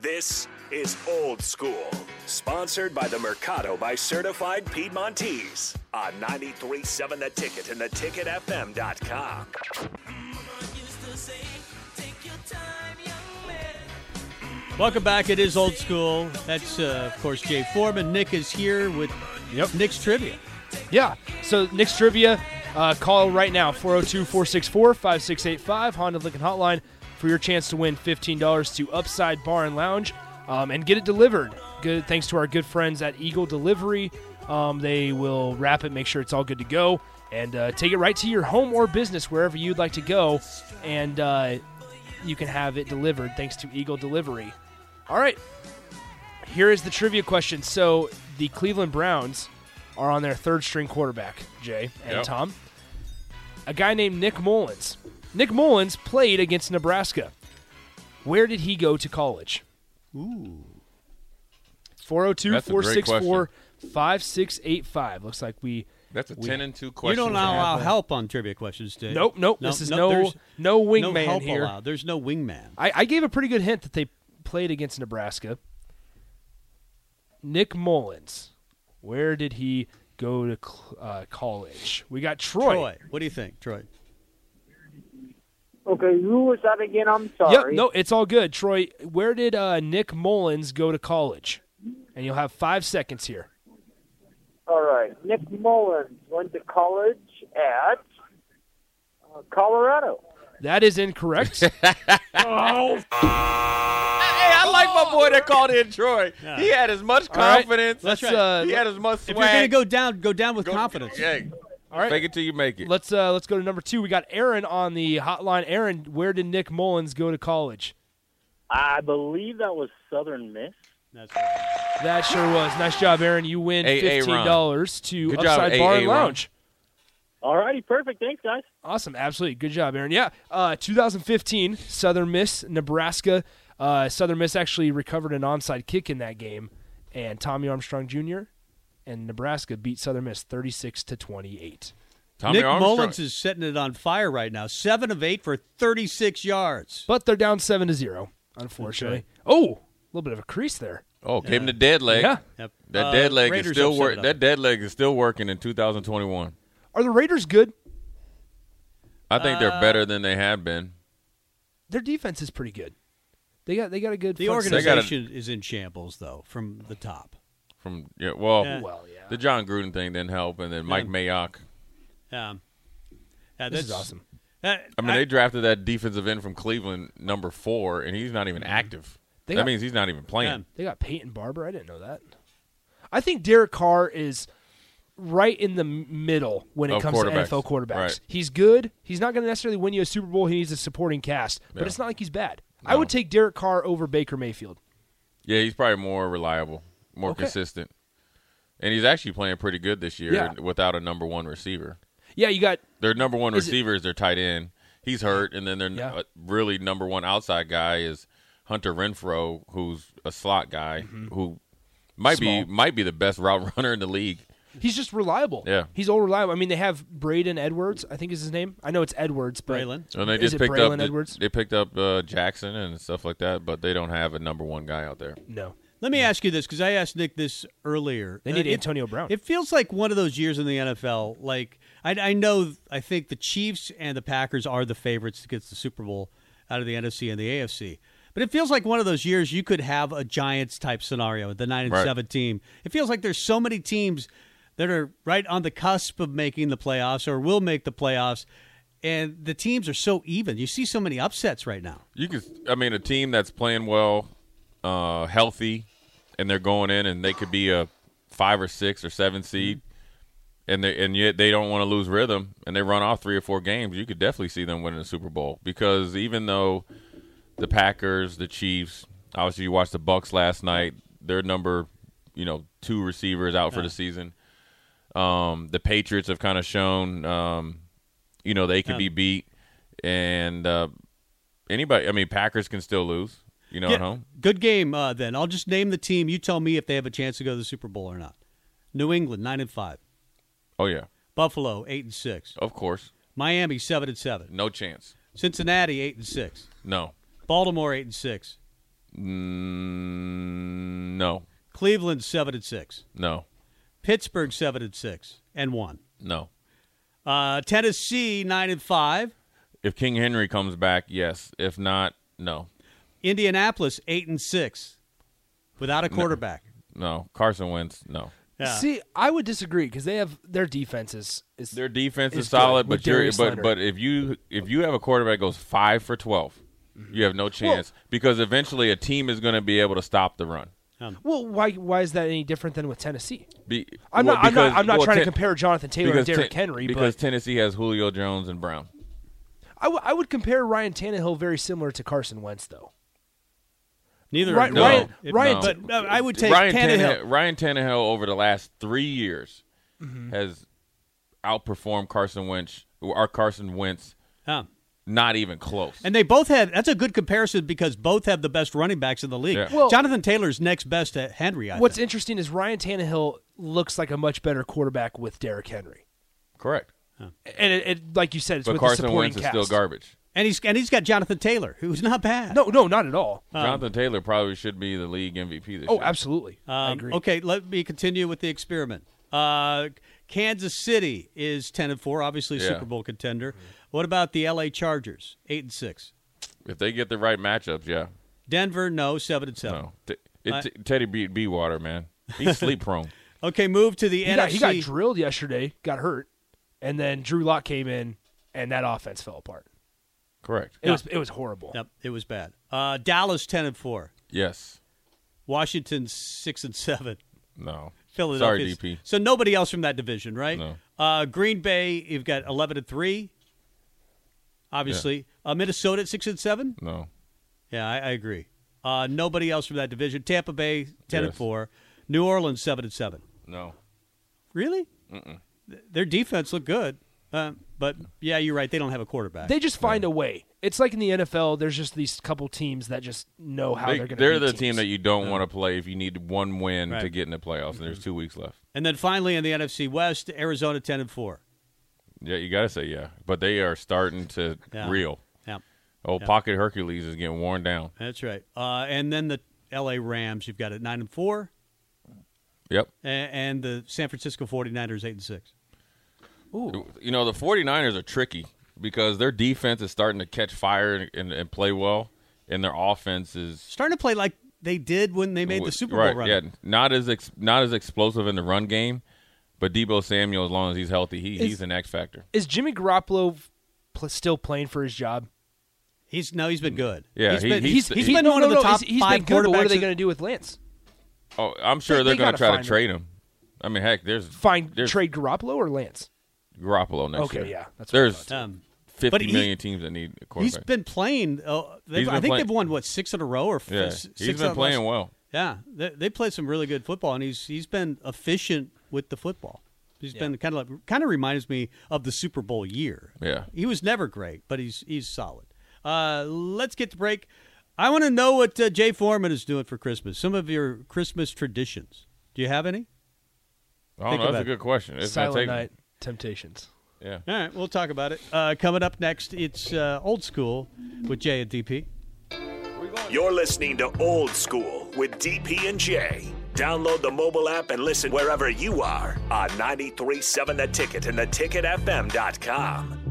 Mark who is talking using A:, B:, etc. A: This is Old School, sponsored by the Mercado by Certified Piedmontese on 93.7 The Ticket and theticketfm.com.
B: Welcome back. It is old school. That's, uh, of course, Jay Foreman. Nick is here with
C: Yep.
B: Nick's trivia.
C: Yeah. So Nick's trivia, uh, call right now 402-464-5685 Honda Lincoln Hotline for your chance to win $15 to Upside Bar and Lounge um, and get it delivered. Good thanks to our good friends at Eagle Delivery. Um, they will wrap it, make sure it's all good to go, and uh, take it right to your home or business wherever you'd like to go, and uh, you can have it delivered thanks to Eagle Delivery. All right, here is the trivia question. So the Cleveland Browns are on their third string quarterback, Jay and
D: Yep.
C: Tom. A guy named Nick Mullins. Nick Mullins played against Nebraska. Where did he go to college? oh Ooh. 402
D: That's a great
C: 464 5685. Looks like we.
D: That's a
C: We-
D: ten and two question.
E: You don't
D: we
E: allow
D: have.
E: help on trivia questions, Dave.
C: Nope, nope. this is no
E: there's no
C: no wingman
E: help
C: here.
E: allowed. There's no wingman.
C: I, I gave a pretty good hint that they played against Nebraska. Nick Mullins, where did he go to cl- uh, college? We got Troy.
E: Troy, what do you think, Troy?
F: Okay, who was that again? I'm
C: Yep,
F: sorry.
C: no, it's all good. Troy, where did uh, Nick Mullins go to college? And you'll have five seconds here.
F: All right. Nick Mullins went to college at uh, Colorado.
C: That is incorrect.
D: Hey, I like my boy that called in Troy.
E: Yeah.
D: He had as much
C: right.
D: confidence.
C: Let's,
E: right.
C: uh,
D: he had as much swag.
E: If you're going to go down, go down with
D: Go-
E: confidence.
D: Yeah.
C: All right.
D: Fake it till you make it.
C: let's uh, let's go to number two. We got Aaron on the hotline. Aaron, where did Nick Mullins go to college?
G: I believe that was Southern Miss.
E: That's right.
C: That sure was. Nice job, Aaron. You win
D: A- A-
C: fifteen
D: Ron.
C: dollars to
D: Good job,
C: Upside
D: A-
C: Bar
D: A-
C: and
D: Ron.
C: Lounge.
G: All righty, perfect. Thanks, guys.
C: Awesome, absolutely. Good job, Aaron. Yeah, uh, 2015, Southern Miss, Nebraska. Uh, Southern Miss actually recovered an onside kick in that game, and Tommy Armstrong Jr. and Nebraska beat Southern Miss 36 to 28.
D: Tommy
E: Nick
D: Armstrong.
E: Mullins is setting it on fire right now. Seven of eight for 36 yards.
C: But they're down seven to zero, unfortunately. Oh, a little bit of a crease there.
D: oh, gave him the dead leg.
C: Yeah.
E: Yep.
D: That
E: Uh,
D: dead leg
E: Raiders
D: is still
E: upset
D: work.
E: it up.
D: That dead leg is still working in 2021.
C: Are the Raiders good?
D: I think they're
C: Uh,
D: better than they have been.
C: Their defense is pretty good. They got they got a good
E: The
C: front
D: They
C: seven.
D: got a-
E: organization is in shambles, though, from the top.
D: From yeah, well,
E: Yeah.
C: Well, yeah.
D: the John Gruden thing didn't help, and then Mike Mayock.
E: Um, yeah,
C: This is
E: that's- uh,
C: awesome.
E: that-
D: I mean, they drafted that defensive end from Cleveland, number four, and he's not even active.
C: They
D: that
C: got-
D: means he's not even playing.
E: Yeah.
C: They got Peyton Barber. I didn't know that. I think Derek Carr is right in the m- middle when it
D: Of
C: comes to
D: quarterbacks.
C: NFL quarterbacks.
D: Right.
C: He's good. He's not going to necessarily win you a Super Bowl. He needs a supporting cast, but
D: Yeah.
C: it's not like he's bad. I would take Derek Carr over Baker Mayfield.
D: Yeah, he's probably more reliable, more
C: Okay.
D: consistent, and he's actually playing pretty good this year
C: Yeah.
D: without a number one receiver.
C: Yeah, you got
D: Their number one
C: Is it-
D: receiver is their tight end. He's hurt, and then their
C: Yeah.
D: uh, really number one outside guy is Hunter Renfro, who's a slot guy
C: Mm-hmm.
D: who might be might be the best route runner in the league.
C: he's just reliable.
D: Yeah.
C: he's all reliable. I mean, they have Braden Edwards. I think is his name. I know it's Edwards, but
E: Braylon.
D: And they
C: Is
D: just
C: it
D: picked
C: Braylon
D: up the-
C: Edwards?
D: they picked up uh, Jackson and stuff like that, but they don't have a number one guy out there.
C: no,
E: Let me ask you this because I asked Nick this earlier.
C: They need
E: Uh, it-
C: Antonio Brown.
E: It feels like one of those years in the NFL. Like I, I know, I think the Chiefs and the Packers are the favorites to get the Super Bowl out of the NFC and the AFC. But it feels like one of those years you could have a Giants type scenario, the nine and
D: Right.
E: seven team. It feels like there's so many teams that are right on the cusp of making the playoffs or will make the playoffs, and the teams are so even. You see so many upsets right now.
D: You could, I mean, a team that's playing well, uh, healthy, and they're going in, and they could be a five or six or seven seed, and they and yet they don't want to lose rhythm, and they run off three or four games. You could definitely see them winning the Super Bowl because even though the Packers, the Chiefs, obviously you watched the Bucks last night, their number, you know, two receivers out for the season. Um, the Patriots have kind of shown, um, you know, they could be beat, and uh, anybody. I mean, Packers can still lose. You know, at
E: Yeah,
D: home.
E: Good game. Uh, then I'll just name the team. You tell me if they have a chance to go to the Super Bowl or not. New England nine and five.
D: Oh yeah,
E: Buffalo eight and six.
D: of course,
E: Miami seven and seven.
D: no chance.
E: Cincinnati eight and six.
D: No,
E: Baltimore eight and six.
D: mm,
E: Cleveland seven and six.
D: No,
E: Pittsburgh seven and six and one.
D: no.
E: Uh, Tennessee nine and five.
D: If King Henry comes back, yes. If not, no,
E: Indianapolis eight and six, without a quarterback.
D: no. Carson Wentz, no.
E: Yeah.
C: See, I would disagree because they have their defenses. Is,
D: Their defense
C: It's
D: is
C: good
D: solid,
C: with
D: but you're,
C: Darius
D: but
C: Leonard.
D: but if you if you have a quarterback that goes five for 12 you have no chance because eventually a team is going to be able to stop the run.
C: well, why why is that any different than with Tennessee?
D: Be,
C: I'm
D: well,
C: not. I'm
D: because-
C: not. I'm not
D: well,
C: trying to
D: Ten-
C: compare Jonathan Taylor and
D: because
C: Derrick
D: Ten-
C: Henry,
D: because
C: but
D: Tennessee has Julio Jones and Brown.
C: I, w- I would compare Ryan Tannehill very similar to Carson Wentz, though.
E: Neither
C: Right-
E: are good.
C: Ryan-
E: If-
C: Ryan-
E: but uh, I would take
D: Ryan
E: Tannehill.
D: Tannehill. Ryan Tannehill over the last three years
C: Mm-hmm.
D: has outperformed Carson Wentz. Our Carson Wentz,
E: Yeah.
D: not even close.
E: And they both have. That's a good comparison because both have the best running backs in the league.
D: Yeah.
C: Well-
E: Jonathan Taylor's next best at Henry. I
C: What's
E: think.
C: interesting is Ryan Tannehill looks like a much better quarterback with Derrick Henry,
D: Correct.
C: and it, it like you said, it's
D: But
C: with the
D: Carson
C: supporting
D: Wentz is still
C: cast.
D: garbage.
E: and he's and he's got Jonathan Taylor, who's not bad.
C: No, no, not at all.
D: Jonathan Taylor probably should be the league MVP this
C: Um, Oh,
D: year.
C: absolutely. I
E: Um,
C: agree.
E: okay, let me continue with the experiment. Uh, Kansas City is ten and four, obviously a
D: Yeah.
E: Super Bowl contender. What about the L.A. Chargers, eight and six?
D: If they get the right matchups, yeah.
E: Denver, no, seven and seven.
D: No. T- it- t- Teddy beat Beatwater, man. He's sleep prone.
E: Okay, move to the
C: He
E: NFC.
C: got, he got drilled yesterday, got hurt, and then Drew Lock came in, and that offense fell apart.
D: Correct.
C: It was it was horrible.
E: Yep, it was bad. Uh, Dallas ten and four,
D: Yes.
E: Washington six and seven,
D: No.
E: Philadelphia.
D: Sorry, DP.
E: So nobody else from that division, right?
D: No.
E: Uh, Green Bay, you've got eleven and three. Obviously, uh, Minnesota at six and seven.
D: No.
E: Yeah, I, I agree. Uh, nobody else from that division. Tampa Bay ten and
D: Yes.
E: four, New Orleans seven and seven.
D: No.
E: Really? Th- Their defense looked good, uh, but yeah, you're right. They don't have a quarterback.
C: They just find a way. It's like in the NFL. There's just these couple teams that just know how
D: They,
C: they,
D: are
C: are going to.
D: the team that you don't want to play if you need one win to
E: Right.
D: get in the playoffs, and
C: Mm-hmm.
D: there's two weeks left.
E: and then finally in the NFC West, Arizona ten and four.
D: Yeah, you gotta say yeah, but they are starting to
E: Yeah.
D: reel.
E: Yeah,
D: Oh, pocket Hercules is getting worn down.
E: that's right. Uh, and then the L.A. Rams, you've got at nine and four,
D: Yep.
E: a- and the San Francisco 49ers eight and six.
D: You know the 49ers are tricky because their defense is starting to catch fire and, and, and play well, and their offense is
E: Starting to play like they did when they made the Super Bowl
D: right,
E: run.
D: Yeah, not as ex, not as explosive in the run game, but Debo Samuel, as long as he's healthy, he, he's an X factor.
C: is Jimmy Garoppolo pl- still playing for his job?
E: He's no, he's been good.
D: Yeah,
E: he's
D: he-
E: been,
D: he's-
E: he's
D: he-
E: been
C: no,
E: one
C: no,
E: of the
C: no,
E: top
C: he's, he's
E: five
C: been good,
E: quarterbacks.
C: but what are they
E: in-
C: going to do with Lance?
D: Oh, I'm sure
C: They-
D: they're
C: they
D: going
C: gotta
D: to try to
C: find him.
D: trade him. I mean, heck, there's
C: Find
D: there's
C: trade Garoppolo or Lance?
D: Garoppolo next
C: Okay,
D: year.
C: yeah, that's what I
D: there's
E: Um, But
D: fifty
E: he-
D: million teams that need a
E: He's
D: quarterback.
E: been playing. Uh, they've,
D: He's
E: I
D: been
E: think
D: playing-
E: they've won what six in a row or f-
D: yeah,
E: s- six
D: he's
E: out
D: been
E: of
D: playing
E: last-
D: well.
E: Yeah, they, they played some really good football, and he's he's been efficient with the football. He's been kind of like, kind of reminds me of the Super Bowl year.
D: Yeah.
E: he was never great, but he's he's solid. Uh, let's get to break. I want to know what uh, Jay Foreman is doing for Christmas. Some of your Christmas traditions. Do you have any?
D: I don't
E: Think
D: know.
E: about
D: That's a
E: it.
D: good question. It's gonna
C: Silent
D: take-
C: Night Temptations.
D: Yeah.
E: All right, we'll talk about it. Uh, coming up next, it's uh, old school with Jay and DP.
A: You're listening to Old School with DP and J. Download the mobile app and listen wherever you are on 937 The Ticket and theticketfm.com.